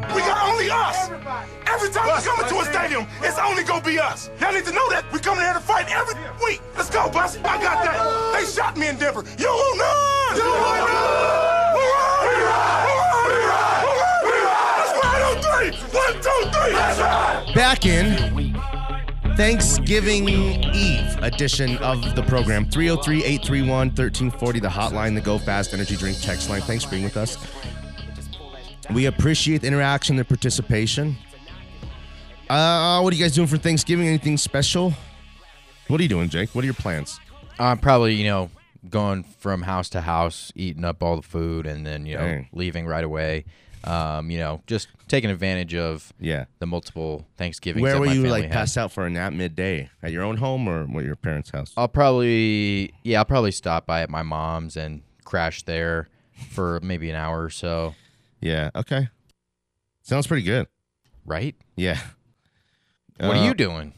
be us. Every time we come into a stadium, it's only gonna be us. Y'all need to know that. We coming here to fight every week. Let's go, Bus. I got that. They shot me in Denver. You will not. You will not. Hooray! Hooray! Hooray! Hooray! Let's ride on three. One, two, three. Let's ride. Back in Thanksgiving Eve edition of the program 303 831 1340, the hotline, the Go Fast Energy Drink text line. Thanks for being with us. We appreciate the interaction, the participation. Uh, what are you guys doing for Thanksgiving? Anything special? What are you doing, Jake? What are your plans? I'm probably, you know, going from house to house, eating up all the food, and then, you know, Dang. leaving right away. Um, you know, just taking advantage of Yeah. the multiple Thanksgivings. Where that were my you family like had. passed out for a nap midday? At your own home or at your parents' house? I'll probably, yeah, I'll probably stop by at my mom's and crash there for maybe an hour or so. Yeah. Okay. Sounds pretty good. Right? Yeah. what Uh, are you doing?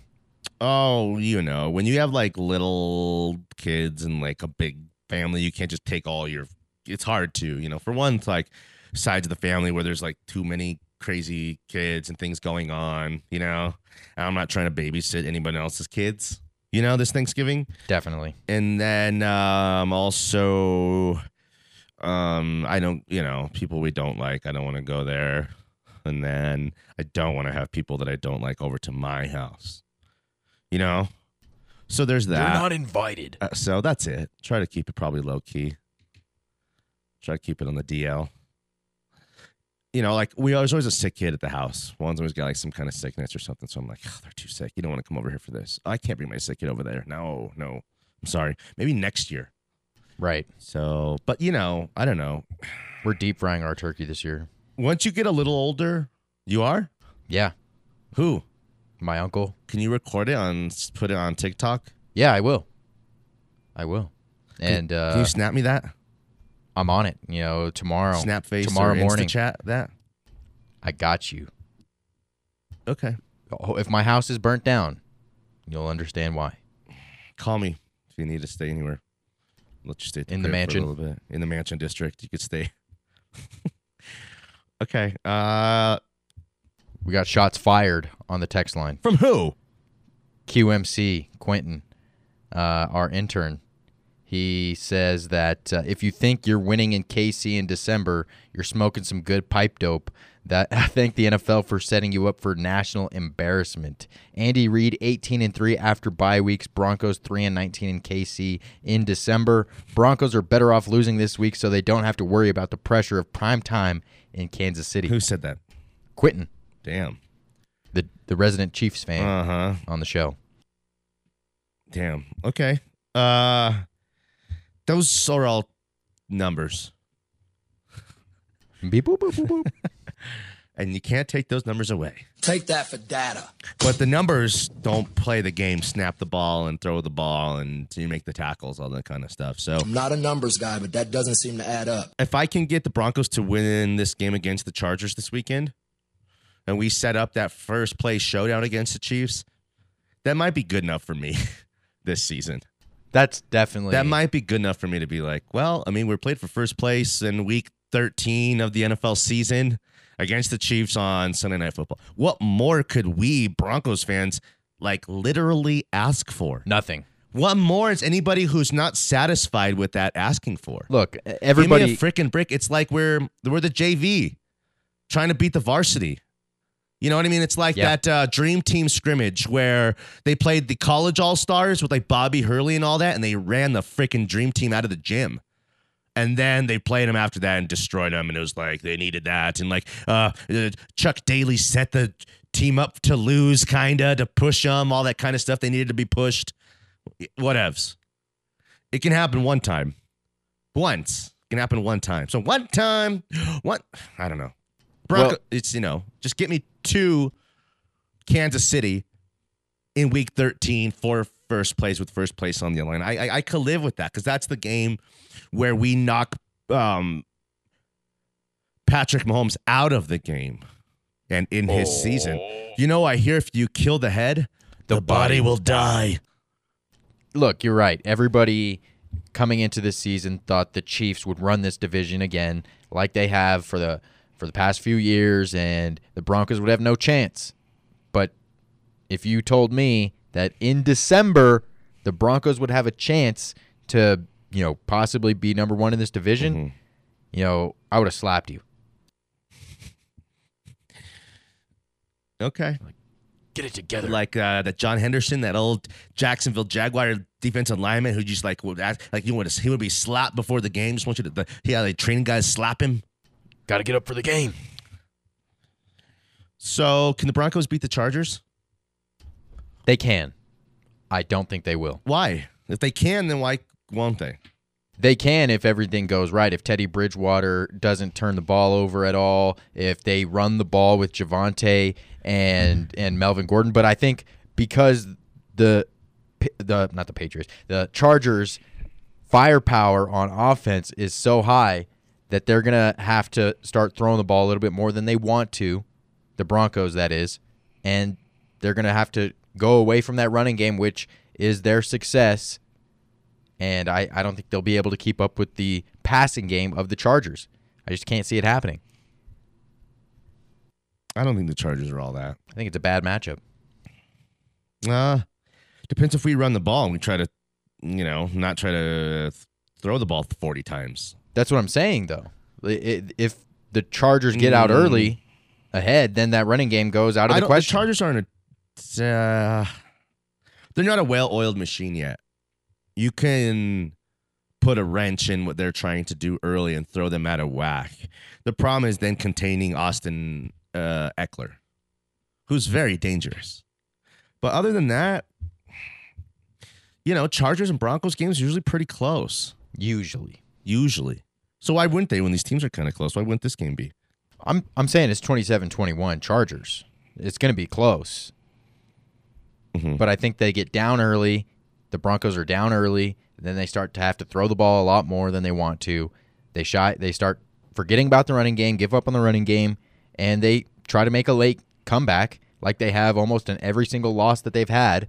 Oh, you know, when you have like little kids and like a big family, you can't just take all your. It's hard to, you know, for one, it's like sides of the family where there's like too many crazy kids and things going on, you know. And I'm not trying to babysit anyone else's kids, you know, this Thanksgiving. Definitely. And then um also um I don't, you know, people we don't like, I don't want to go there. And then I don't want to have people that I don't like over to my house. You know? So there's that. invited. Uh, so that's it. Try to keep it probably low key. Try to keep it on the DL. You know, like we there's always a sick kid at the house. One's always got like some kind of sickness or something. So I'm like, oh, they're too sick. You don't want to come over here for this. I can't bring my sick kid over there. No, no. I'm sorry. Maybe next year. Right. So, but you know, I don't know. We're deep frying our turkey this year. Once you get a little older, you are Yeah. who? My uncle. Can you record it on put it on TikTok? Yeah, I will. I will. And uh, Can you snap me that? I'm on it. You know, tomorrow. Snap face tomorrow morning. Chat that. I got you. Okay. Oh, if my house is burnt down, you'll understand why. call me if you need to stay anywhere. Let you stay at In the crib for mansion. a little bit. in the mansion district. You could stay. okay. Uh, We got shots fired on the text line. from who? QMC Quentin, uh, our intern, he says that uh, if you think you're winning in KC in December, you're smoking some good pipe dope. That I thank the NFL for setting you up for national embarrassment. Andy Reid 18 and 3 after bye weeks. Broncos 3 and 19 in KC in December. Broncos are better off losing this week so they don't have to worry about the pressure of prime time in Kansas City. Who said that? Quentin, Damn. the the resident Chiefs fan Uh huh. on the show. Damn. Okay. Uh, those are all numbers, Beep, boop, boop, boop, boop. and you can't take those numbers away. Take that for data. But the numbers don't play the game. Snap the ball and throw the ball, and you make the tackles, all that kind of stuff. So I'm not a numbers guy, but that doesn't seem to add up. if I can get the Broncos to win this game against the Chargers this weekend, and we set up that first play showdown against the Chiefs, that might be good enough for me this season. That's definitely That might be good enough for me to be like, well, I mean, we're played for first place in week 13 of the NFL season against the Chiefs on Sunday Night Football. What more could we Broncos fans like literally ask for? nothing. What more is anybody who's not satisfied with that asking for? Look, everybody. Give me a freaking brick. It's like we're we're the JV trying to beat the varsity. You know what I mean? It's like Yeah. that uh, dream team scrimmage where they played the college all stars with like Bobby Hurley and all that, and they ran the freaking dream team out of the gym. And then they played him after that and destroyed him. And it was like they needed that. And like uh, uh, Chuck Daly set the team up to lose, kind of to push them, all that kind of stuff. They needed to be pushed. Whatevs. It can happen one time. Once. It can happen one time. So one time, one, I don't know. Bronco, Well- it's, you know, just get me to Kansas City in week 13 for first place with first place on the line. I, I, I could live with that because that's the game where we knock um, Patrick Mahomes out of the game and in his season. You know, I hear if you kill the head, Oh. the, body, will die. look, you're right. Everybody coming into this season thought the Chiefs would run this division again, like they have for the for the past few years, and the Broncos would have no chance. But if you told me that in December the Broncos would have a chance to, you know, possibly be number one in this division, Mm-hmm. you know, I would have slapped you. Okay. Get it together. Like uh, that John Henderson, that old Jacksonville Jaguar defensive lineman who just like would act, like you would he would be slapped before the game. Just want you to the, he had the training guys slap him. Got to get up for the game. So can the Broncos beat the Chargers? They can. I don't think they will. Why? If they can, then why won't they? They can if everything goes right. If Teddy Bridgewater doesn't turn the ball over at all, if they run the ball with Javante and and Melvin Gordon. But I think because the P- the not the Patriots, the Chargers firepower on offense is so high that they're gonna have to start throwing the ball a little bit more than they want to, the Broncos that is, and they're gonna have to go away from that running game, which is their success and I, I don't think they'll be able to keep up with the passing game of the Chargers. I just can't see it happening. I don't think the Chargers are all that. I think it's a bad matchup. Uh, depends if we run the ball and we try to, you know, not try to th- throw the ball 40 times. That's what I'm saying, though. I- i- If the Chargers get out early ahead, then that running game goes out of Mm. I the don't- question. The Chargers aren't a. Uh, they're not a well-oiled machine yet. You can put a wrench in what they're trying to do early and throw them out of whack. The problem is then containing Austin uh, Eckler, who's very dangerous. But other than that, you know, Chargers and Broncos games are usually pretty close. Usually, Usually. So why wouldn't they when these teams are kind of close? Why wouldn't this game be? I'm I'm saying it's 27-21 Chargers. It's going to be close, Mhm. but I think they get down early. The Broncos are down early, then they start to have to throw the ball a lot more than they want to. They shy. They start forgetting about the running game, give up on the running game, and they try to make a late comeback, like they have almost in every single loss that they've had.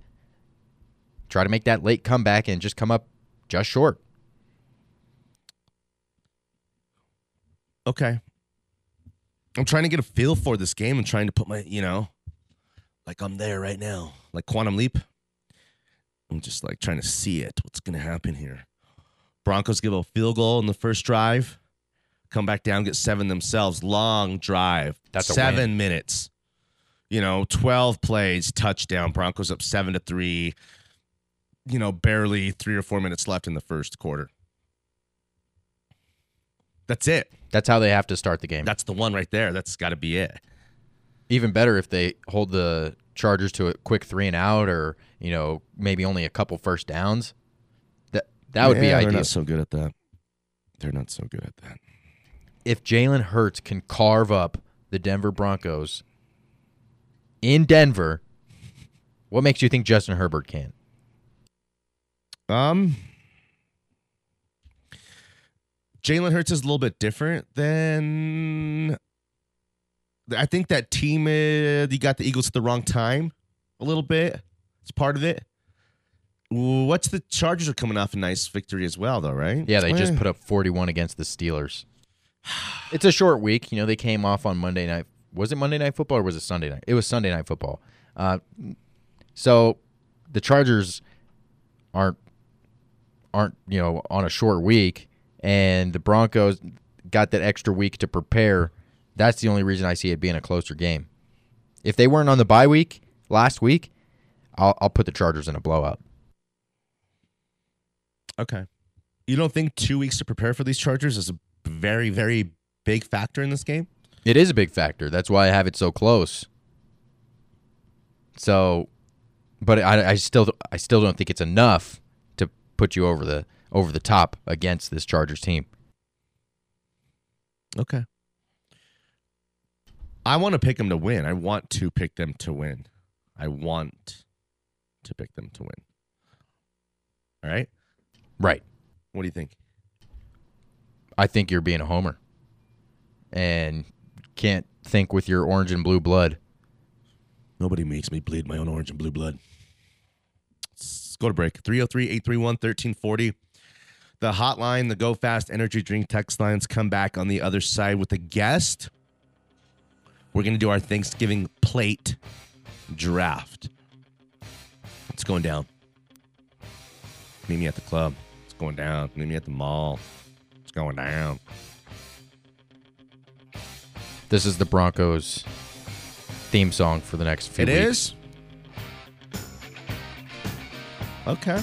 Try to make that late comeback and just come up just short. Okay. I'm trying to get a feel for this game. I'm trying to put my, you know, like I'm there right now, like Quantum Leap. I'm just like trying to see it. What's going to happen here? Broncos give a field goal in the first drive, come back down, get seven themselves. Long drive. That's a seven minutes. You know, 12 plays, touchdown. Broncos up seven to three. You know, barely three or four minutes left in the first quarter. That's it. That's how they have to start the game. That's the one right there. That's got to be it. even better if they hold the Chargers to a quick three and out, or you know maybe only a couple first downs. That that would be They're ideal. not so good at that. They're not so good at that. If Jalen Hurts can carve up the Denver Broncos in Denver, what makes you think Justin Herbert can? Um, Jalen Hurts is a little bit different than. I think that team uh, you got the Eagles at the wrong time, a little bit. It's part of it. What's the Chargers are coming off a nice victory as well, though, right? Yeah, they just Eh. put up 41 against the Steelers. It's a short week. You know, they came off on Monday night. Was it Monday night football or was it Sunday night? It was Sunday night football. Uh, so the Chargers aren't aren't you know on a short week, and the Broncos got that extra week to prepare. That's the only reason I see it being a closer game. If they weren't on the bye week last week, I'll, I'll put the Chargers in a blowout. Okay. You don't think two weeks to prepare for these Chargers is a very, very big factor in this game? It is a big factor. That's why I have it so close. So, but I, I still I still don't think it's enough to put you over the over the top against this Chargers team. Okay. I want to pick them to win. I want to pick them to win. I want to pick them to win. All right. Right. What do you think? I think you're being a homer, and can't think with your orange and blue blood. Nobody makes me bleed my own orange and blue blood. Let's go to break. 303 831 1340. The hotline, the Go Fast Energy Drink text lines come back on the other side with a guest. We're going to do our Thanksgiving plate draft. It's going down. Meet me at the club. It's going down. Meet me at the mall. It's going down. This is the Broncos theme song for the next few It weeks. is. Okay.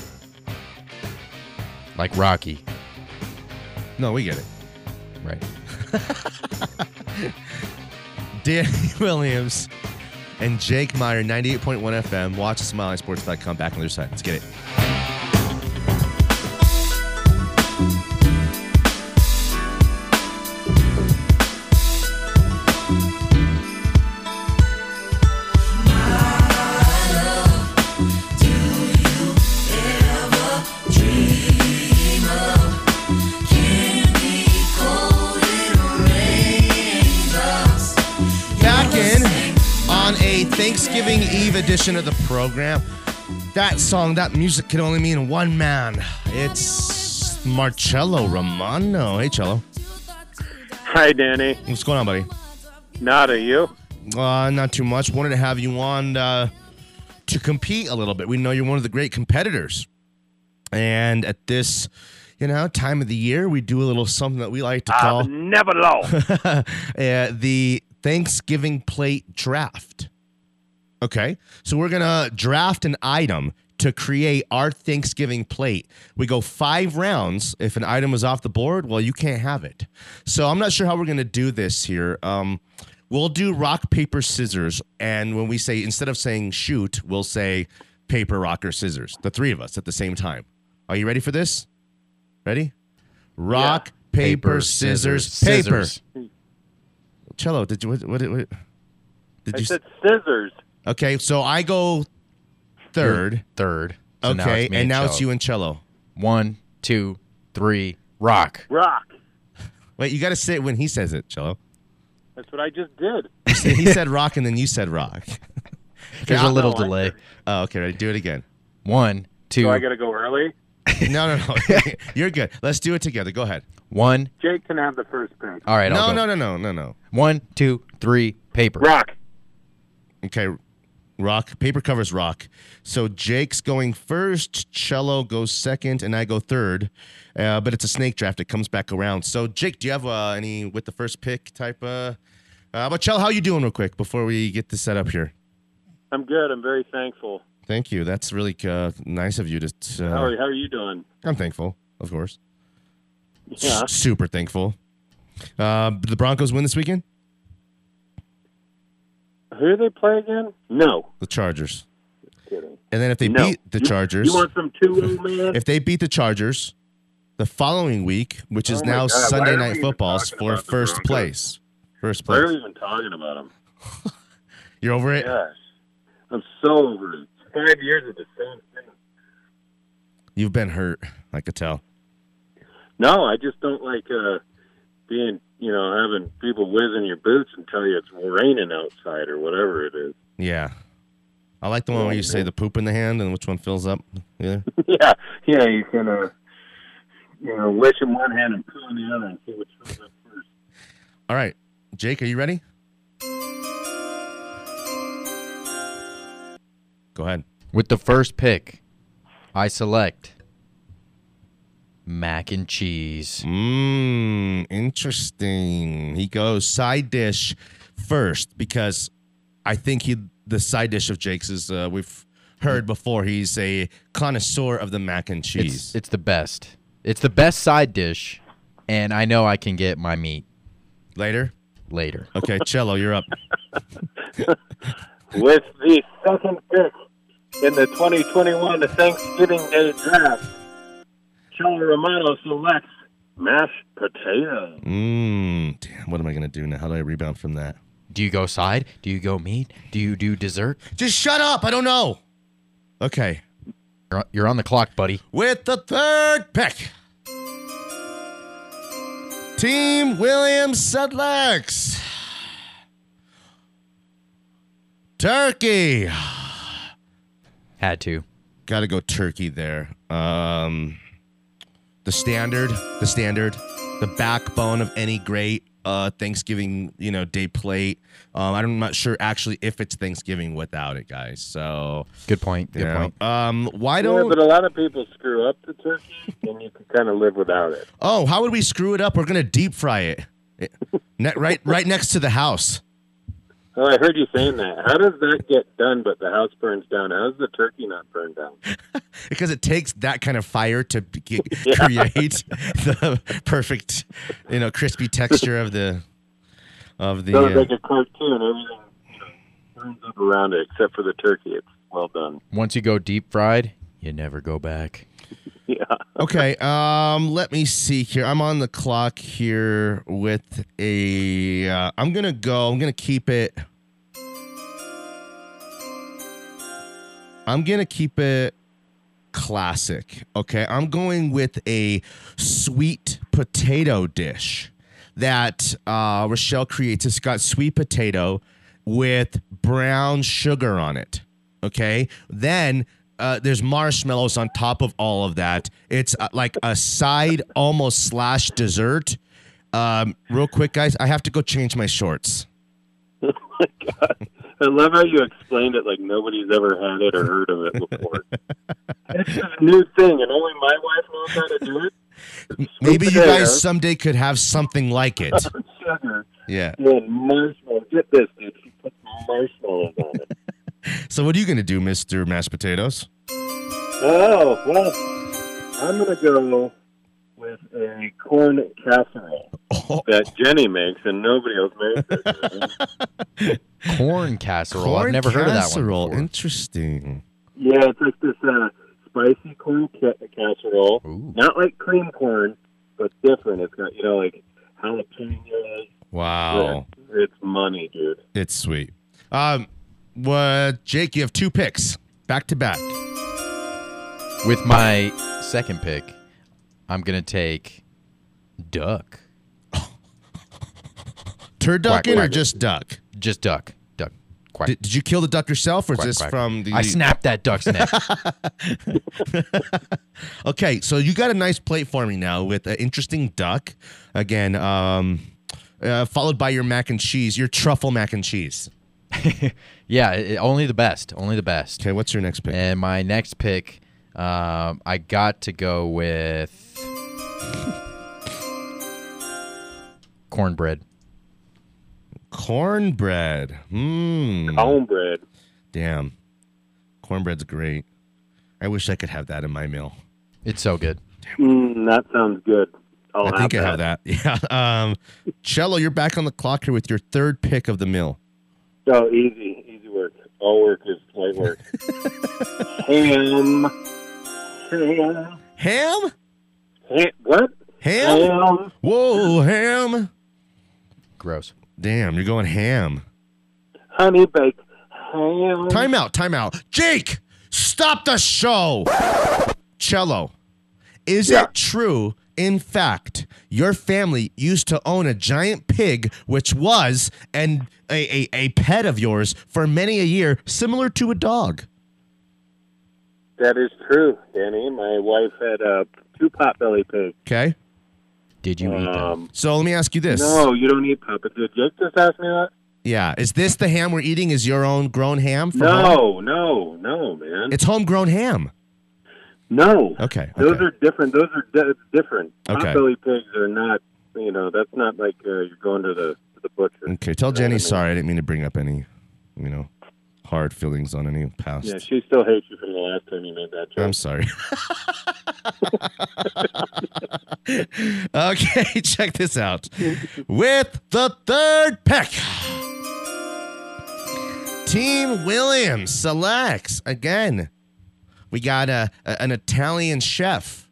Like Rocky. No, we get it. Right. Danny Williams and Jake Meyer, 98.1 FM. Watch us on MileHighSports.com. Back on the other side. Let's get it. back in on a Thanksgiving Eve edition of the program. That song, that music can only mean one man. It's Marcello Romano. Hey, Cello. Hi, Danny. What's going on, buddy? Nada, you? Uh, not too much. Wanted to have you on uh, to compete a little bit. We know you're one of the great competitors. And at this, you know, time of the year, we do a little something that we like to call I've never lost. uh, the Thanksgiving plate draft. Okay. So we're going to draft an item to create our Thanksgiving plate. We go five rounds. If an item is off the board, well, you can't have it. So I'm not sure how we're going to do this here. Um, we'll do rock, paper, scissors. And when we say, instead of saying shoot, we'll say paper, rock, or scissors, the three of us at the same time. Are you ready for this? Ready? Rock, paper, scissors, paper. scissors. Cello, did you what? what, what did I you? s- said scissors. okay, so I go third. Third. So now okay, it's me and now Cello. it's you and cello. One, two, three, rock. Rock. Wait, you got to say it when he says it, cello. That's what I just did. You said- he said rock, and then you said rock. There's Yeah, a little no, I- delay. Oh, okay, ready? Do it again. One, two, So I got to go early. No, no, no. You're good. Let's do it together. Go ahead. one. Jake can have the first pick. All right. No, I'll go. no, no, no, no, no. One, two, three, paper. Rock. Okay, rock. Paper covers rock. So Jake's going first. Cello goes second, and I go third. Uh, but it's a snake draft. It comes back around. So Jake, do you have uh, any with the first pick type? Uh, uh, but Cello, how you doing, real quick, before we get this set up here? I'm good. I'm very thankful. Thank you. That's really uh, nice of you to. Uh, How are, how are you doing? I'm thankful, of course. Yeah. S- super thankful. Uh, did the Broncos win this weekend? Who do they play again? No. The Chargers. Kidding. And then if they no. beat the You- Chargers, You want some 2 man? if they beat the Chargers the following week, which is Oh my now God, why Sunday are we Night even Football's talking for about the first Broncos? place. First Why are we place. even talking about them? You're over it? Gosh. I'm so over it. Five years of the same thing. You've been hurt, I could tell. No, I just don't like uh, being, you know, having people whiz in your boots and tell you it's raining outside or whatever it is. Yeah. I like the one where you say the poop in the hand and which one fills up. Yeah. yeah, yeah, you can, uh, you know, wish in one hand and poo in the other and see which comes up first. All right. Jake, are you ready? Go ahead. With the first pick, I select mac and cheese. Mm. Mmm, interesting. He goes side dish first because I think he the side dish of Jake's is uh, we've heard before he's a connoisseur of the mac and cheese. It's, it's the best. It's the best side dish, and I know I can get my meat Later, later. okay, Cello, you're up. With the second pick in the 2021 Thanksgiving Day draft, Charlie Romano selects mashed potatoes. Mmm, damn. What am I gonna do now? How do I rebound from that? Do you go side? Do you go meat? Do you do dessert? Just shut up. I don't know. Okay, You're on, you're on the clock, buddy. with the third pick. Team Williams selects Turkey. Had to. Got to go Turkey there. Um, the standard, the standard, the backbone of any great uh, Thanksgiving, you know, day plate. Um, I'm not sure actually if it's Thanksgiving without it, guys. So, Good point. Good you know, point. um, why Yeah, don't? but a lot of people screw up the turkey, and you can kind of live without it. Oh, how would we screw it up? We're gonna deep fry it, ne- right, right next to the house. Oh, I heard you saying that. How does that get done? But the house burns down. How's the turkey not burn down? because it takes that kind of fire to be- ge- create the perfect, you know, crispy texture of the of the. Sounds uh, like a cartoon. Everything you know, turns up around it, except for the turkey. It's well done. Once you go deep fried, you never go back. Yeah. uh, okay, um, let me see here. I'm on the clock here with a. Uh, I'm gonna go. I'm gonna keep it. I'm gonna keep it classic. Okay, I'm going with a sweet potato dish that uh, Rochelle creates. It's got sweet potato with brown sugar on it. Okay, then uh, there's marshmallows on top of all of that. It's uh, like a side, almost slash dessert. Um, real quick, guys, I have to go change my shorts. Oh I love how you explained it like nobody's ever had it or heard of it before. it's a new thing, and only my wife knows how to do it. Maybe you potato. guys someday could have something like it. With sugar Yeah. and marshmallows. Get this, dude. She puts marshmallows on it. So what are you gonna do, Mister Mashed Potatoes? Oh, well, I'm going to go with a corn casserole that Jenny makes and nobody else makes it. Corn casserole. I've Corn never heard of that casserole. one. Before. Interesting. yeah, it's like this uh, spicy corn ca- casserole. Ooh. Not like cream corn, but different. It's got, you know, like jalapenos. Wow, It's money, dude. it's sweet. Um, what, Jake? You have two picks back to back. With my second pick, I'm gonna take duck. Turducken or quack. just duck? Just duck. Duck. Quack. Did, did you kill the duck yourself, or is quack, this quack. from the? I snapped that duck's neck. Okay, so you got a nice plate for me now with an interesting duck. Again, um, uh, followed by your mac and cheese, your truffle mac and cheese. yeah, i- i- only the best. Only the best. Okay, what's your next pick? And my next pick, um, I got to go with cornbread. Cornbread. Hmm. Homebread. Damn. Cornbread's great. I wish I could have that in my meal. It's so good. Mm, that sounds good. I'll I think have I have that. Yeah. Um, Cello, you're back on the clock here with your third pick of the meal. Oh, easy, easy work. All work is light work. ham, ham, Ham? ham. What? Ham? Ham. Whoa, ham. Gross. Damn, you're going ham. Honey baked ham. Time out, time out. Jake, stop the show. Cello, is Yeah. it true, in fact, your family used to own a giant pig, which was an, a, a, a pet of yours for many a year, similar to a dog? That is true, Danny. My wife had uh, two potbelly pigs. Okay. Did you eat Mm. them? Um, So let me ask you this. no, you don't eat puppets. Did Jake just ask me that? Yeah. Is this the ham we're eating? Is your own grown ham? From Home? No, no, no, man. It's homegrown ham. no. Okay, Those okay. are different. Those are di- it's different. Okay. Potbelly pigs are not. You know, that's not like uh, you're going to the to the butcher. Okay. Tell You know what I Jenny, mean? sorry, I didn't mean to bring up any, you know, hard feelings on any past. Yeah, she still hates you from the last time you made that joke. I'm sorry. okay, check this out. With the third pick, Team Williams selects again. We got a, a- an Italian chef.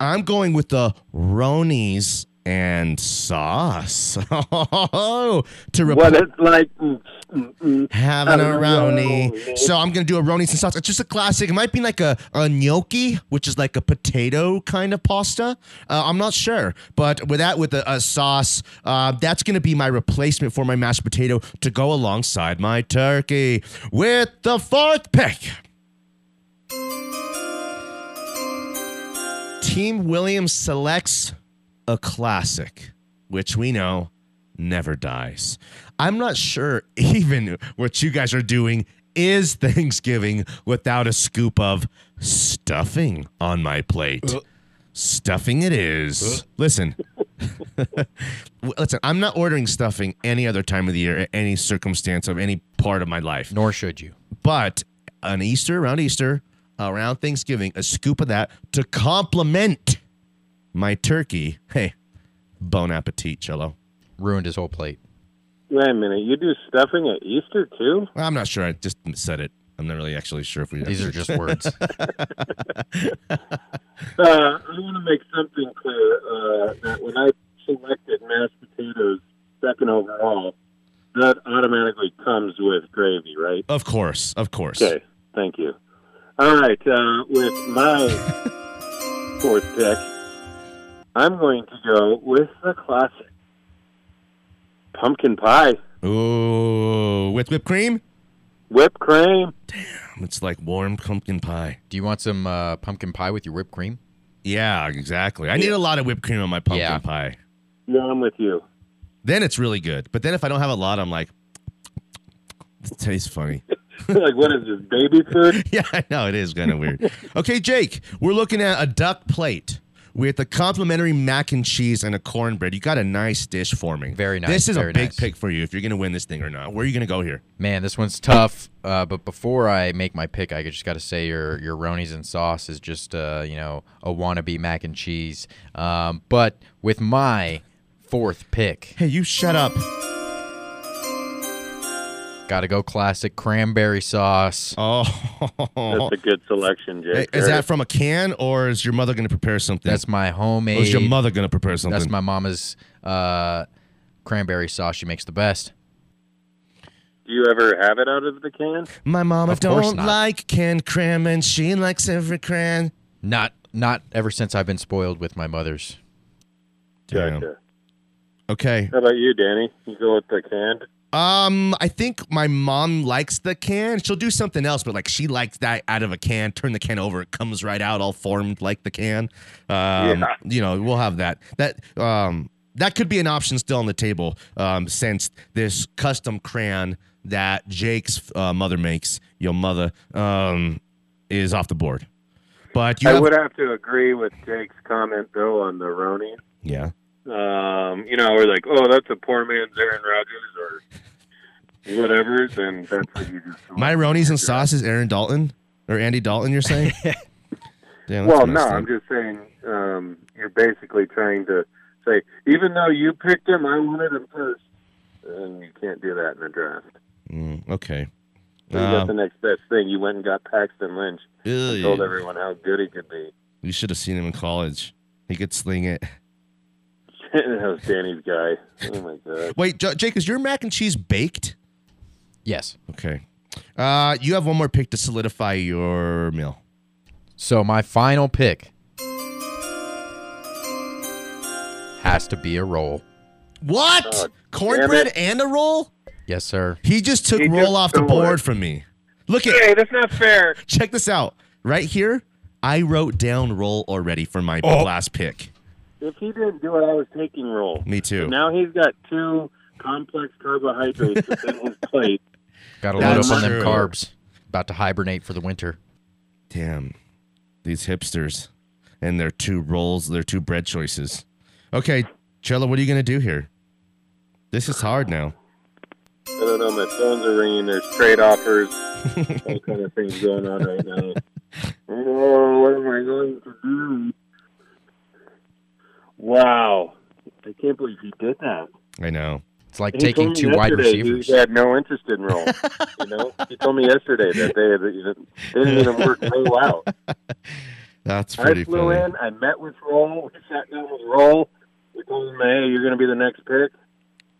I'm going with the Ronies and sauce. Oh, to replace what it's like. mm, mm, mm. having a Having a roni. Roni. So I'm gonna do a roni and sauce. It's just a classic. It might be like a, a gnocchi, which is like a potato kind of pasta. Uh, I'm not sure, but with that, with a, a sauce, uh, that's gonna be my replacement for my mashed potato to go alongside my turkey. With the fourth pick. Team Williams selects a classic, which we know never dies. I'm not sure even what you guys are doing is Thanksgiving without a scoop of stuffing on my plate. Stuffing it is. Listen. Listen, I'm not ordering stuffing any other time of the year, at any circumstance of any part of my life. Nor should you. But on Easter, around Easter, around Thanksgiving, a scoop of that to complement my turkey. Hey, bon appetit, Cello. Ruined his whole plate. Wait a minute, you do stuffing at Easter too? Well, I'm not sure. I just said it. I'm not really actually sure if we. These are just words. Uh, I want to make something clear uh, that when I selected mashed potatoes second overall, that automatically comes with gravy, right? Of course, of course. Okay, thank you. All right, uh, with my fourth pick, I'm going to go with the classic pumpkin pie, Ooh, with whipped cream. whipped cream. It's like warm pumpkin pie. Do you want some uh, pumpkin pie with your whipped cream? Yeah, exactly. I need a lot of whipped cream on my pumpkin Yeah. pie. Yeah, I'm with you. Then it's really good. But then if I don't have a lot, I'm like, this tastes funny. like, what is this, baby food? yeah, I know it is kind of weird. Okay, Jake, we're looking at a duck plate with the complimentary mac and cheese and a cornbread. You got a nice dish for me. Very nice, This is very a big nice. pick for you if you're going to win this thing or not. Where are you going to go here? Man, this one's tough. Uh, but before I make my pick, I just got to say your your Ronies and sauce is just uh, you know a wannabe mac and cheese. Um, but with my fourth pick, Hey, you shut up. gotta go classic cranberry sauce. Oh. That's a good selection, Hey, Jake. Is that from a can or is your mother going to prepare something? That's my or is homemade. your mother going to prepare something? that's my mama's uh, cranberry sauce. She makes the best. Do you ever have it out of the can? My mama Of course don't not. like canned cram and she likes every cram. Not not ever since I've been spoiled with my mother's. Damn. Gotcha. Okay. How about you, Danny? You go with the canned? Um, I think my mom likes the can. She'll do something else, but like she likes that out of a can. Turn the can over, it comes right out, all formed like the can. Um, Yeah. you know, we'll have that. That um, that could be an option still on the table. Um, since this custom crayon that Jake's uh, mother makes, your mother, um, is off the board. But you I have, would have to agree with Jake's comment though on the Roni. yeah. Um, you know, we're like, oh, that's a poor man's Aaron Rodgers or whatever. Then that's what you just. My Ronies and sauce is Aaron Dalton or Andy Dalton. You're saying? Damn, that's Well, no, messed up. I'm just saying um, you're basically trying to say, even though you picked him, I wanted him first, and you can't do that in a draft. Mm, okay. So you got Uh, the next best thing. You went and got Paxton Lynch. Ew. Told everyone how good he could be. You should have seen him in college. He could sling it. that was Danny's guy. Oh my god. Wait, J- Jake, is your mac and cheese baked? Yes. Okay. Uh, you have one more pick to solidify your meal. So my final pick has to be a roll. What? Oh, damn Cornbread it. and a roll? Yes, sir. He just took He roll just off the stole board it. from me. Look at Hey, that's not fair. check this out. Right here, I wrote down roll already for my last pick. If he didn't do it, I was taking roll. Me too. Now he's got two complex carbohydrates within his plate. Got to load up That's on them true. carbs. About to hibernate for the winter. Damn. These hipsters and their two rolls, their two bread choices. Okay, Cello, what are you going to do here? This is hard now. I don't know. My phones are ringing. There's trade offers. all kind of things going on right now. Oh, what am I going to do? Wow. I can't believe he did that. I know. It's like And he taking told me two wide yesterday he receivers. had no interest in roll. you know, he told me yesterday that they, that they didn't even work roll out. That's I pretty flew funny. in. I met with Roll. We sat down with Roll. We told him, "Hey, you're going to be the next pick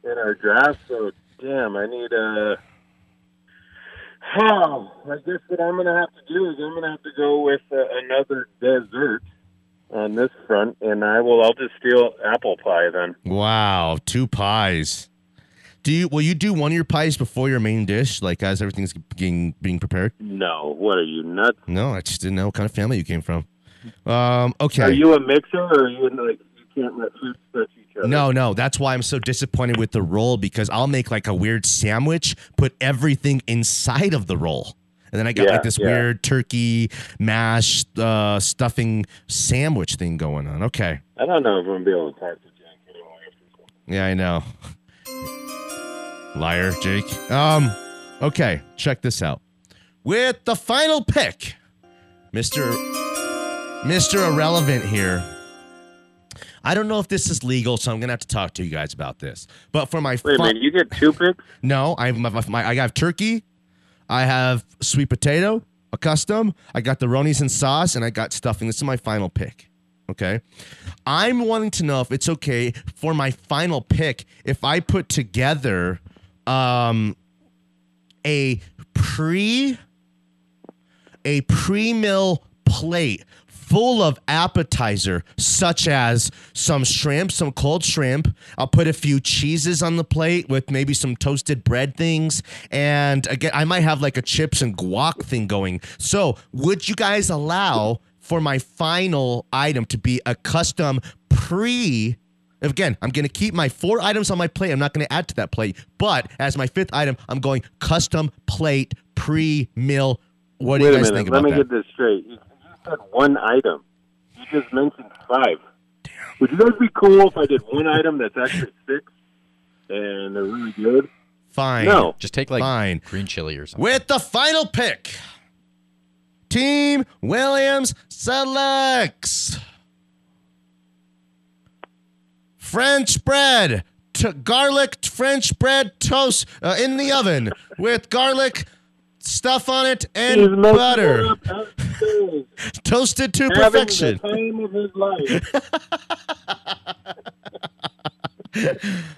in our draft." So, damn, I need a. How? I guess what I'm going to have to do is I'm going to have to go with uh, another dessert on this front, and I will. I'll just steal apple pie then. Wow, two pies. Do you will you do one of your pies before your main dish, like as everything's being being prepared? No, what are you nuts? No, I just didn't know what kind of family you came from. Um, okay. Are you a mixer, or are you like you can't let food touch each other. No, no, that's why I'm so disappointed with the roll because I'll make like a weird sandwich, put everything inside of the roll. And then I got Yeah, like this yeah. weird turkey mash uh, stuffing sandwich thing going on. Okay. I don't know if I'm gonna be able to talk to Jack anymore. after this. Yeah, I know. Liar, Jake. Um, okay, check this out. With the final pick, Mr. Mr. Irrelevant here. I don't know if this is legal, so I'm gonna have to talk to you guys about this. But for my Wait a fi- minute, you get two picks? no, I have my, my I have turkey, I have sweet potato, a custom, I got the ronies and sauce, and I got stuffing. This is my final pick. Okay, I'm wanting to know if it's okay for my final pick if I put together um, a pre a pre meal plate full of appetizer such as some shrimp, some cold shrimp. I'll put a few cheeses on the plate with maybe some toasted bread things, and again, I might have like a chips and guac thing going. So, would you guys allow for my final item to be a custom pre? Again, I'm going to keep my four items on my plate. I'm not going to add to that plate. But as my fifth item, I'm going custom plate pre meal. What do Wait you a guys minute, think about let me that? get this straight. You just said one item. You just mentioned five. Would you guys be cool if I did one item that's actually six and they're really good? Fine. No. Just take like Fine. green chili or something. With the final pick, Team Williams selects French bread, to garlic French bread toast uh, in the oven with garlic stuff on it He's and making butter, it up upstairs, toasted to having perfection. the time of his life.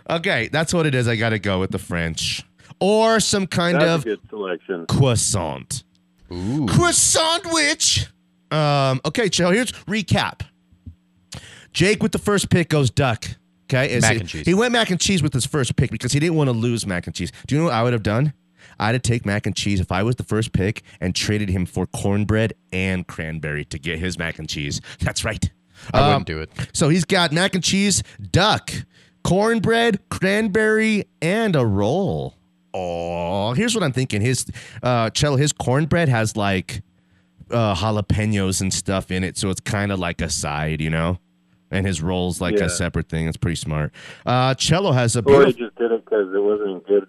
Okay, that's what it is. I got to go with the French or some kind That's a of good selection. croissant. Ooh. croissant witch. Um, okay, so here's recap. Jake with the first pick goes duck. Okay, is Mac he, and cheese. He went mac and cheese with his first pick because he didn't want to lose mac and cheese. Do you know what I would have done? I'd have take mac and cheese if I was the first pick and traded him for cornbread and cranberry to get his mac and cheese. That's right. I Um, wouldn't do it. so he's got mac and cheese, duck, cornbread, cranberry, and a roll. Oh, here's what I'm thinking. His uh cello, his cornbread has like uh jalapenos and stuff in it, so it's kind of like a side, you know? And his roll's like Yeah. a separate thing. It's pretty smart. Uh cello has a Or he beautiful just did it because it wasn't a good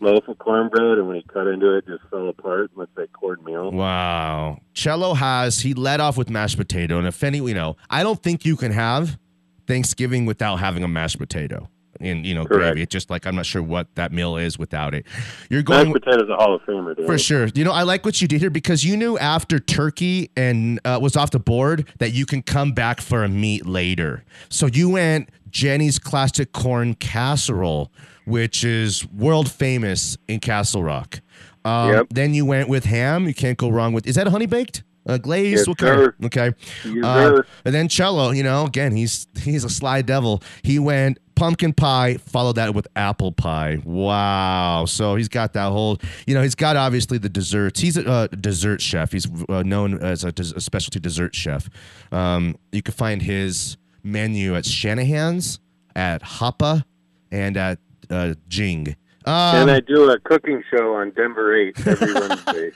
loaf of cornbread, and when he cut into it, it just fell apart with that cornmeal. Wow. Cello has he led off with mashed potato, and if any, you know, I don't think you can have Thanksgiving without having a mashed potato and you know Correct. gravy. It's just like I'm not sure what that meal is without it. You're going Mashed potatoes a Hall of Famer, dude. for sure. You know, I like what you did here because you knew after turkey and uh, was off the board that you can come back for a meat later. So you went Jenny's classic corn casserole, which is world famous in Castle Rock. Um, Yep. Then you went with ham. You can't go wrong with. Is that honey baked? Uh, glazed? Yes, what kind? sir. Okay. Yes, Uh, sir. and then cello. You know, again, he's he's a sly devil. He went pumpkin pie, followed that with apple pie. Wow. So he's got that whole. You know, he's got obviously the desserts. He's a uh, dessert chef. He's uh, known as a, des- a specialty dessert chef. Um, you can find his menu at Shanahan's, at Hoppa, and at uh, Jing. Um, and I do a cooking show on Denver 8 every Wednesday.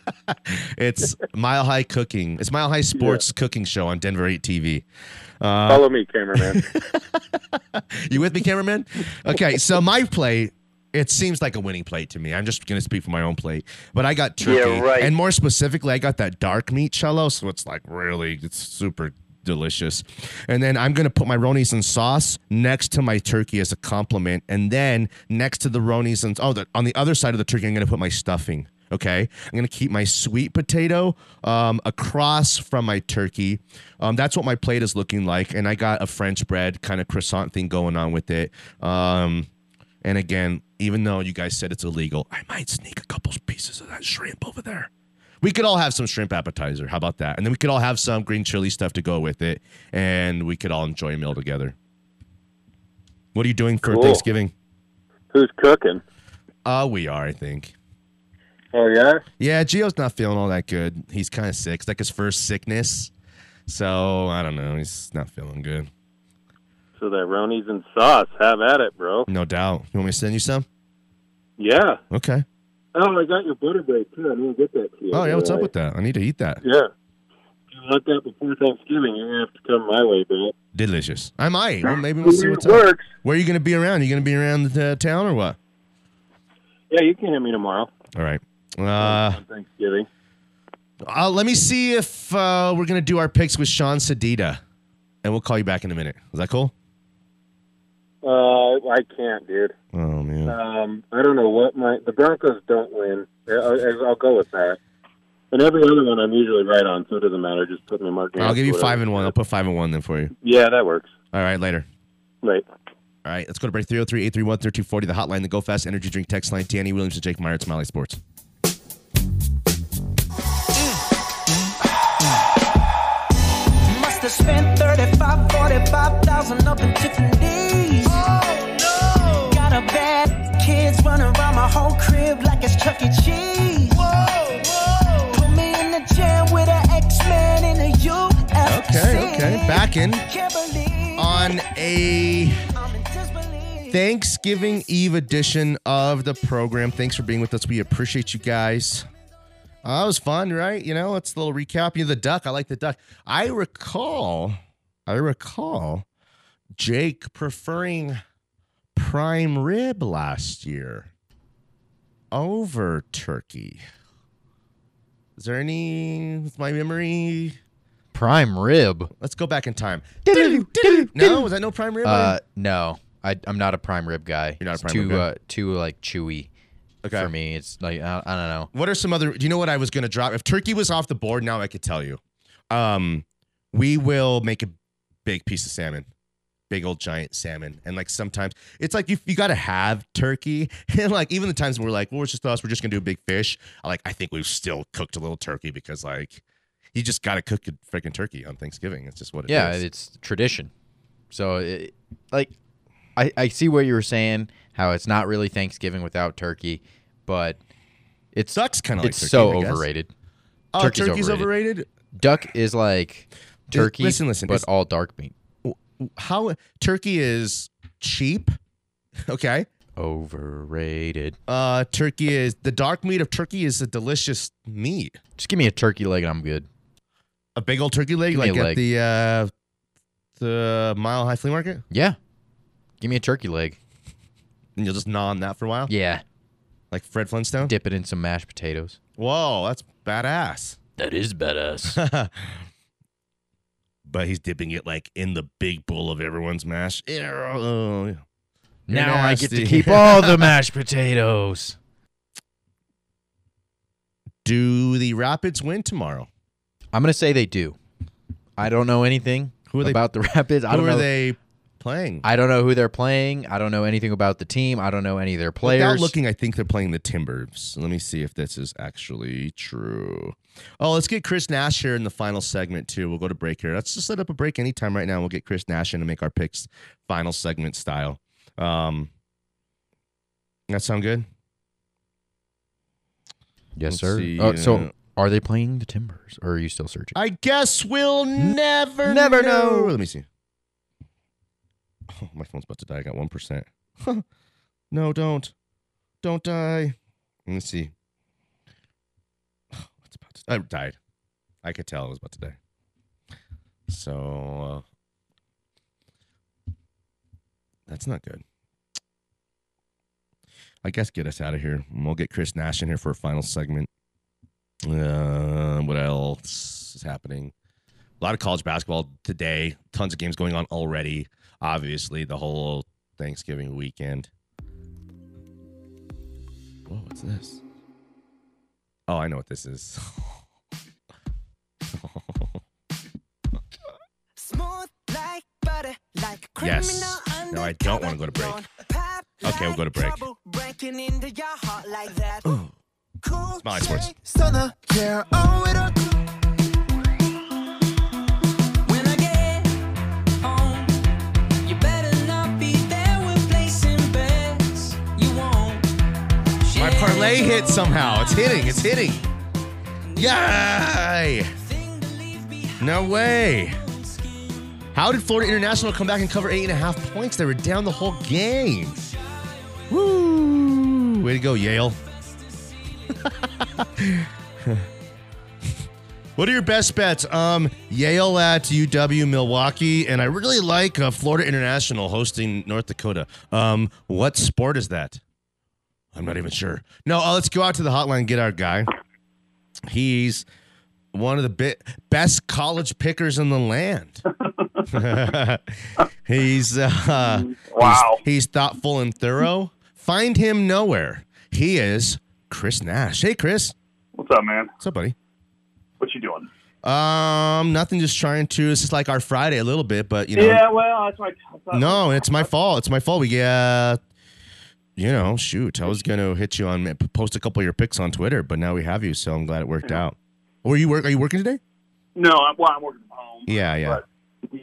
It's Mile High Cooking. It's Mile High Sports Cooking Show on Denver 8 TV. Uh, Follow me, cameraman. You with me, cameraman? Okay, so my plate, it seems like a winning plate to me. I'm just going to speak for my own plate. But I got turkey. Yeah, right. And more specifically, I got that dark meat cello, so it's like really, it's super delicious. And then I'm going to put my ronies and sauce next to my turkey as a compliment. And then next to the ronies and, oh, the, on the other side of the turkey, I'm going to put my stuffing. Okay, I'm gonna keep my sweet potato um, across from my turkey. Um, that's what my plate is looking like, and I got a French bread kind of croissant thing going on with it. Um, and again, even though you guys said it's illegal, I might sneak a couple pieces of that shrimp over there. We could all have some shrimp appetizer. How about that? And then we could all have some green chili stuff to go with it, and we could all enjoy a meal together. What are you doing for Cool. Thanksgiving? Who's cooking? Uh, we are, I think. Oh, yeah? Yeah, Gio's not feeling all that good. He's kind of sick. It's like his first sickness. So I don't know. He's not feeling good. so that Ronies and sauce. Have at it, bro. No doubt. You want me to send you some? Yeah. Okay. Oh, I got your butter bread too. I didn't get that to you. Oh yeah, what's up Right. with that? I need to eat that. Yeah. If you want that before Thanksgiving, you're gonna have to come my way, bro. Delicious. I might. Well, maybe we'll see what's up. works. Where are you going to be around? you going to be around the uh, town or what? Yeah, you can hit me tomorrow All right. Uh, on Thanksgiving. uh, let me see if uh, we're going to do our picks with Sean Sedita, and we'll call you back in a minute. Is that cool? Uh, I can't, dude. Oh man. Um, I don't know what my the Broncos don't win. Yeah, I'll, I'll go with that. And every other one I'm usually right on, so it doesn't matter. Just put me in Mark. I'll give you Nance, whatever. five and one. I'll put five and one then for you. Yeah, that works. All right, later. Right. All right, let's go to break 303 831 1340, the hotline, the Go Fast Energy Drink text line. Danny Williams and Jake Meyer at Smiley Sports. Must have spent 35, 45,000 up in Tiffany's. Oh, no. Got a bad kids running around my whole crib like it's Chuck E. Cheese. Whoa, whoa. Put me in the jam with an X-Man in a UFC. Okay, okay. Back in Uh, Can't believe on a I'm in disbelief. Thanksgiving Eve edition of the program. Thanks for being with us. We appreciate you guys. Uh, that was fun, right? You know, it's a little recap. You know, the duck. I like the duck. I recall, I recall Jake preferring prime rib last year over turkey. Is there any, with my memory? Prime rib. Let's go back in time. No, was that no prime rib? Uh, no, I, I'm not a prime rib guy. You're not a It's prime too, rib guy? Uh, too like chewy. Okay. For me, it's like I, I don't know. What are some other? Do you know what I was going to drop? If turkey was off the board now, I could tell you. Um, we will make a big piece of salmon, big old giant salmon, and like sometimes it's like you you got to have turkey, and like even the times when we're like, well, it's just us, we're just gonna do a big fish. I Like I think we've still cooked a little turkey because like you just got to cook a freaking turkey on Thanksgiving. It's just what it is. yeah, it's tradition. So, it, like, I, I see what you were saying. How it's not really Thanksgiving without turkey, but it's Duck's kind of like it's turkey, so I guess. overrated. Oh, Turkey's turkey's, overrated. overrated. Duck is like Dude, turkey, listen, listen, but it's- all dark meat. How turkey is cheap. Okay. Overrated. Uh, turkey is the dark meat of turkey is a delicious meat. Just give me a turkey leg and I'm good. A big old turkey leg, Give me like a at leg. the uh, the Mile High Flea Market, Yeah, give me a turkey leg. and you'll just gnaw on that for a while, Yeah, like Fred Flintstone. dip it in some mashed potatoes. Whoa, that's badass. That is badass. But he's dipping it like in the big bowl of everyone's mash. Ew. You're now I get to nasty. keep all the mashed potatoes. Do the Rapids win tomorrow? I'm gonna say they do. I don't know anything Who are they- about the Rapids. I Who don't are know. they playing? I don't know who they're playing. I don't know anything about the team. I don't know any of their players. Without looking, I think they're playing the Timbers. Let me see if this is actually true. Oh, let's get Chris Nash here in the final segment too. We'll go to break here. Let's just set up a break anytime right now. We'll get Chris Nash in to make our picks final segment style. Um, that sound good? yes, Let's sir. see, Oh, uh, so are they playing the Timbers, or are you still searching? I guess we'll never never know. Let me see. Oh, my phone's about to die. I got one percent. no, don't, don't die. Let me see. It's about to. I died. I could tell it was about to die. So uh, that's not good. I guess get us out of here. and We'll get Chris Nash in here for a final segment. Uh, what else is happening? A lot of college basketball today. Tons of games going on already. Obviously, the whole Thanksgiving weekend. Whoa, what's this? Oh, I know what this is. Smooth like butter, like a Yes. criminal No, I don't wanna undercover. go to break. Don't pop Okay, we'll go to like break. trouble, breaking into your heart like that. Cool Smiley Sports. J, stunner, yeah, oh, it up. When I get home, you better not be there. We're placing bets. You won't. My share parlay your hit somehow. It's hitting. It's hitting. Yay! thing to leave behind. No way. Skin. How did Florida International come back and cover eight and a half points? They were down the whole game. Woo! Way to go, Yale. What are your best bets? Um, Yale at UW Milwaukee, and I really like uh, Florida International hosting North Dakota. Um, what sport is that? I'm not even sure. No, uh, let's go out to the hotline and get our guy. He's one of the bi- best college pickers in the land. he's uh, Wow. He's, he's thoughtful and thorough. Find him nowhere. He is Chris Nash. Hey, Chris. What's up, man? What's up, buddy? What you doing? Um, nothing. Just trying to. It's just like our Friday a little bit, but you know, yeah, well, that's why. I thought- no, it's my fault. It's my fault. We yeah, you know, shoot, I was gonna hit you on post a couple of your pics on Twitter, but now we have you, so I'm glad it worked out. Were you work? Are you working today? No, I'm, well, I'm working from home. Yeah, yeah. But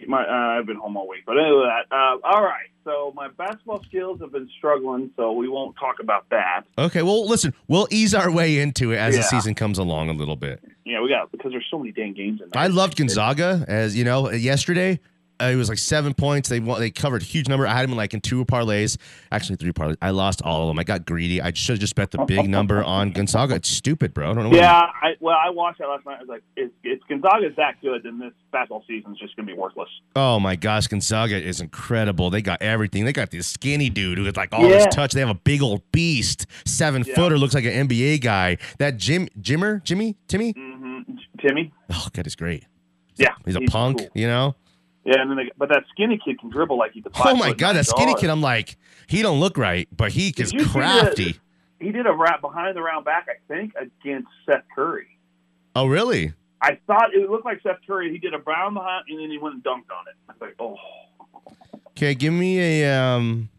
my, uh, I've been home all week. But anyway, that. Uh, all right. So my basketball skills have been struggling, so we won't talk about that. Okay. Well, listen, we'll ease our way into it as the Yeah. season comes along a little bit. Yeah, we got because there's so many dang games in there. I loved Gonzaga as you know yesterday. Uh, it was like seven points. They won, they covered a huge number. I had them like in two parlays, actually three parlays. I lost all of them. I got greedy. I should have just bet the big number on Gonzaga. It's stupid, bro. I don't know. what- Yeah, I, well, I watched that last night. I was like, if, if Gonzaga's that good, then this basketball season's just going to be worthless. Oh my gosh, Gonzaga is incredible. They got everything. They got this skinny dude who has like all Yeah. his touch. They have a big old beast, seven Yeah. footer, looks like an NBA guy. That Jim Jimmer, Jimmy, Timmy. Mm-hmm. Timmy? Oh, that is great. Yeah. He's a punk, cool. you know. Yeah, and then they, but that skinny kid can dribble like he's a Oh five my foot god, nine that skinny guard. kid. I'm like, he don't look right, but he is you see that- crafty. He did a wrap behind the round back, I think, against Seth Curry. Oh really? I thought it looked like Seth Curry. He did a brown behind, and then he went and dunked on it. I was like, oh, Okay, give me a um,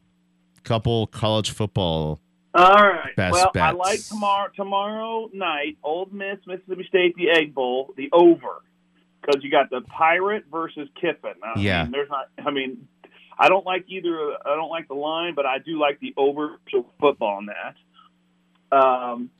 couple college football. all right. Best well, I bets. like tomorrow tomorrow night, Old Miss, Mississippi State, the Egg Bowl, the over, because you got the Pirate versus Kiffin. I Yeah. mean, there's not. I mean, I don't like either. I don't like the line, but I do like the over to football on that. Um.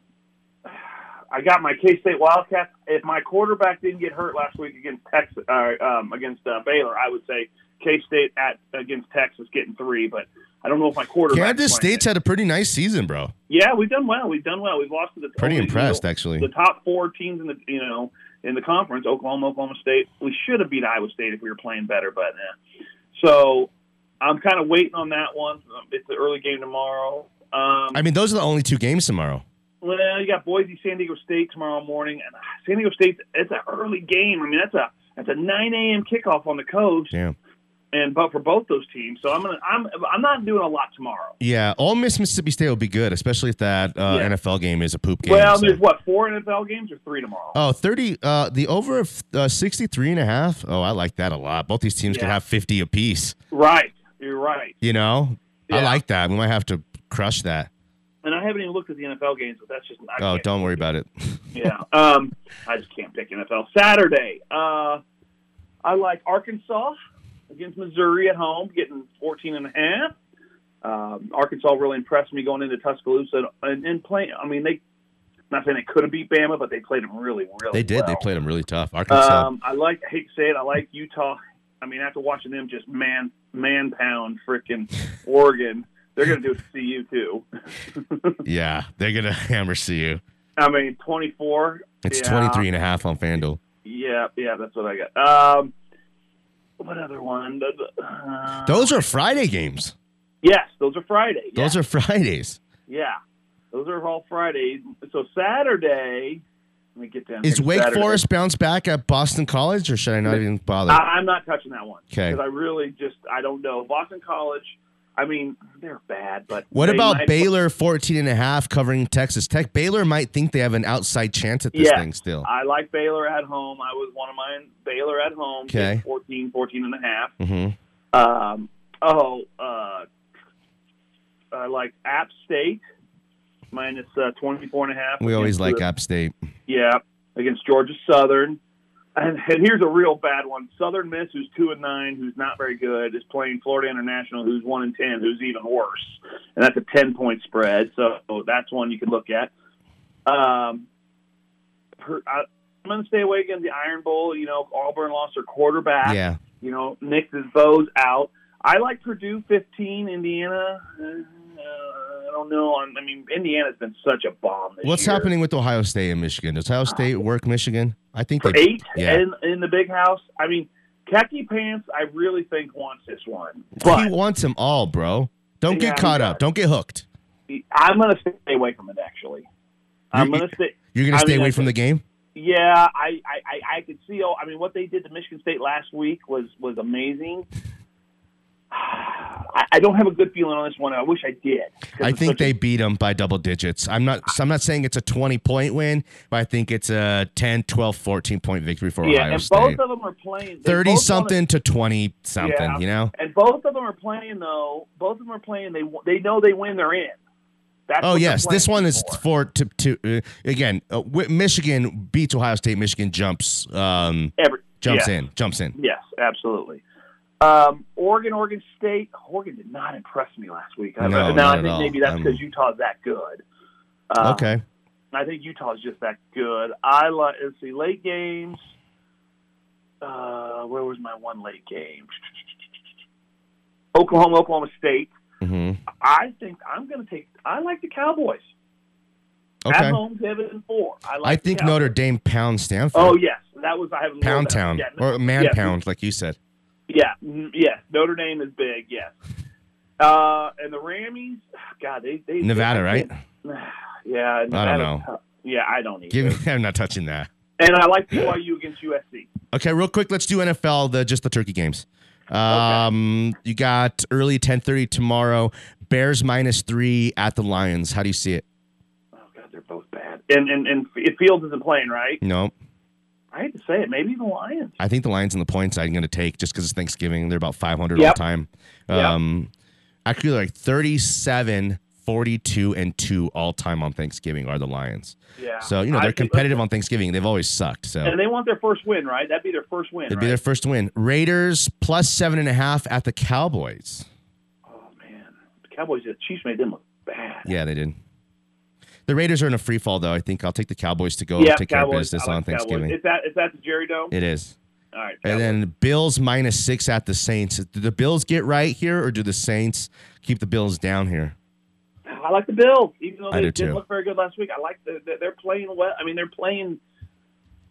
I got my K State Wildcats. If my quarterback didn't get hurt last week against Texas, uh, um, against uh, Baylor, I would say K State at against Texas getting three. But I don't know if my quarterback. Kansas State's had a pretty nice season, bro. Yeah, we've done well. We've done well. We've lost to the Pretty only- impressed, you know, actually. The top four teams in the you know in the conference: Oklahoma, Oklahoma State. We should have beat Iowa State if we were playing better, but eh. so I'm kind of waiting on that one. It's the early game tomorrow. Um, I mean, those are the only two games tomorrow. well, you got Boise, San Diego State tomorrow morning, and uh, San Diego State's it's an early game. I mean, that's a that's a 9 a.m. kickoff on the coast, Yeah. and but for both those teams, so I'm gonna I'm I'm not doing a lot tomorrow. Yeah, Ole Miss Mississippi State will be good, especially if that uh, Yeah. NFL game is a poop game. Well, so- there's what four NFL games or three tomorrow. Oh, 30 uh, the over of uh, 63 and a half. Oh, I like that a lot. Both these teams could Yeah. have 50 apiece, Right, you're right. you know? I Yeah. like that. We might have to crush that. And I haven't even looked at the NFL games, but that's just I Oh, can't- don't worry about it. Yeah, um, I just can't pick NFL Saturday. Uh, I like Arkansas against Missouri at home, getting 14 and a half. Um, Arkansas really impressed me going into Tuscaloosa and, and playing. I mean, they not saying they could have beat Bama, but they played them really, really. They did. well. They played them really tough. Arkansas. Um, I like hate to say it, I like Utah. I mean, after watching them just man man pound freaking Oregon, they're going to do it to CU too. yeah, they're going to hammer CU. I mean, 24. It's yeah. twenty three and a half 23 and a half on FanDuel. Yeah, yeah, that's what I got. Um, what other one? The- the- uh, Those are Friday games. yes, those are Friday. Those are Fridays. yeah, those are all Fridays. So Saturday, let me get down. Is here to Wake Saturday. Forest bounce back at Boston College, or should I not even bother? I, I'm not touching that one 'Kay. I really just I don't know Boston College. I mean, they're bad, but What they about might- Baylor 14 and a half covering Texas Tech? Baylor might think they have an outside chance at this Yeah. thing still. I like Baylor at home. I was one of mine. Baylor at home. 'Kay. 14, 14 and a half. hmm Um, oh, uh, I like App State minus uh, 24 and a half. We always against like the- App State. Yeah, against Georgia Southern. And, and here's a real bad one. Southern Miss, who's two and nine, who's not very good, is playing Florida International, who's one and ten, who's even worse, and that's a ten point spread. So that's one you could look at. Um, per, I, I'm going to stay away against the Iron Bowl. You know, Auburn lost their quarterback. Yeah. You know, Nix's Bo's out. I like Purdue 15, Indiana. Uh, I don't know. I'm- I mean, Indiana's been such a bomb. This What's year. happening with Ohio State and Michigan? Does Ohio State work Michigan? I think for they. eight Yeah. in, in the big house? I mean, Khaki Pants, I really think wants this one. he But wants them all, bro. Don't Yeah, get he caught does. up. Don't get hooked. I'm going to stay away from it, actually. I'm You- going to stay. You're gonna I stay mean, away I- from the game. Yeah, I, I, I, I could see. Oh, I mean, what they did to Michigan State last week was was amazing. I, I don't have a good feeling on this one. I wish I did. 'Cause I it's think such a- they beat them by double digits. I'm not. I'm not saying it's a 20 point win, but I think it's a 10, 12, 14 point victory for yeah, Ohio and State. both of them are playing they 30 both wanna- something to 20 something. Yeah. You know. and both of them are playing though. Both of them are playing. They they know they win. They're in. That's Oh what they're yes, this playing one is for. for to to uh, again. Uh, wi- Michigan beats Ohio State. Michigan jumps um Every, jumps yeah. in jumps in. Yes, absolutely. Um, Oregon, Oregon State. Oregon did not impress me last week. I, No, now, not I at think all. maybe that's I'm- because Utah's that good. Uh, okay, I think Utah's just that good. I like let's see late games. Uh, where was my one late game? Oklahoma, Oklahoma State. hmm I think I'm going to take. I like the Cowboys okay. at home, seven and four. I I like. the think Cowboys. Notre Dame pound Stanford. Oh yes, that was I have a Pound little- Town yeah, or Man yeah. Pound, like you said. Yeah, mm, yes. Notre Dame is big. Yes. Uh, and the Rammies, God, they they Nevada, right? Yeah, Nevada's know. tough. Yeah, I don't either. Give me, I'm not touching that. and I like BYU against USC. Okay, real quick, let's do NFL, the just the turkey games. Um, you got early 10:30 tomorrow. Bears minus three at the Lions. How do you see it? Oh God, they're both bad. And and and F- Fields isn't playing, right? No, I hate to say it, maybe the Lions. I think the Lions and the points I'm going to take just because it's Thanksgiving. They're about 500 all Yep. the time. Yep. Um, actually, like 37, 42, and two all time on Thanksgiving are the Lions. Yeah. So you know I they're think- competitive on Thanksgiving. They've always sucked. So And they want their first win, right? That'd be their first win. It'd Right? be their first win. Raiders plus seven and a half at the Cowboys. oh man, the Cowboys, the Chiefs made them look bad. Yeah, they did. The Raiders are in a free fall, though. I think I'll take the Cowboys to go Yeah, take care of Cowboys. business I like on the Cowboys. Thanksgiving. Is that is that the Jerry Dome? It is. All right. And Cowboys. then Bills minus six at the Saints. Do the Bills get right here, or do the Saints keep the Bills down here? I like the Bills, even though I they do didn't too. look very good last week. I like the, the they're playing well. I mean, they're playing.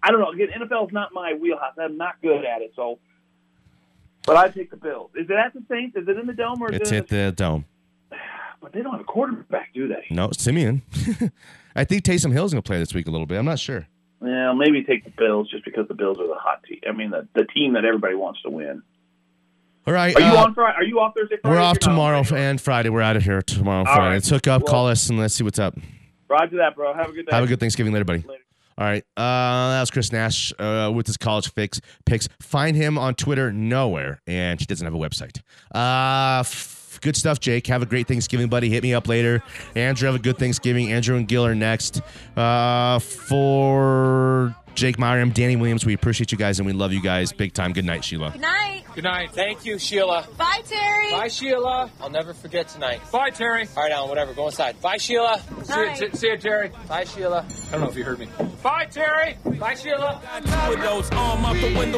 I don't know. Again, NFL is not my wheelhouse. I'm not good at it, so. But I take the Bills. Is it at the Saints? Is it in the dome or is It's it? at the Dome. But they don't have a quarterback, do they? No, Simeon. I think Taysom Hill's going to play this week a little bit. I'm not sure. Yeah, maybe take the Bills just because the Bills are the hot team. I mean, the, the team that everybody wants to win. All right. Are you uh, on Friday? Are you off Thursday? Friday? we're off You're not tomorrow on Friday. and Friday. We're out of here tomorrow and All Friday. right. Let's hook up, Well- call us, and let's see what's up. Roger that, bro. Have a good day. Have a good Thanksgiving later, buddy. Later. All right. Uh, that was Chris Nash uh, with his college fix picks. Find him on Twitter nowhere, and she doesn't have a website. Uh, f- good stuff, Jake. Have a great Thanksgiving, buddy. Hit me up later. Andrew, have a good Thanksgiving. Andrew and Gil are next. Uh, for Jake Meyer, I'm Danny Williams. We appreciate you guys, and we love you guys big time. Good night, Sheila. Good night. Good night. Thank you, Sheila. Bye, Terry. Bye, Sheila. I'll never forget tonight. Bye, Terry. All right, Alan, whatever. Go inside. Bye, Sheila. Bye. See, see you, Terry. Bye, Sheila. I don't know if you heard me. Bye, Terry. Bye, Sheila. Windows arm out the window.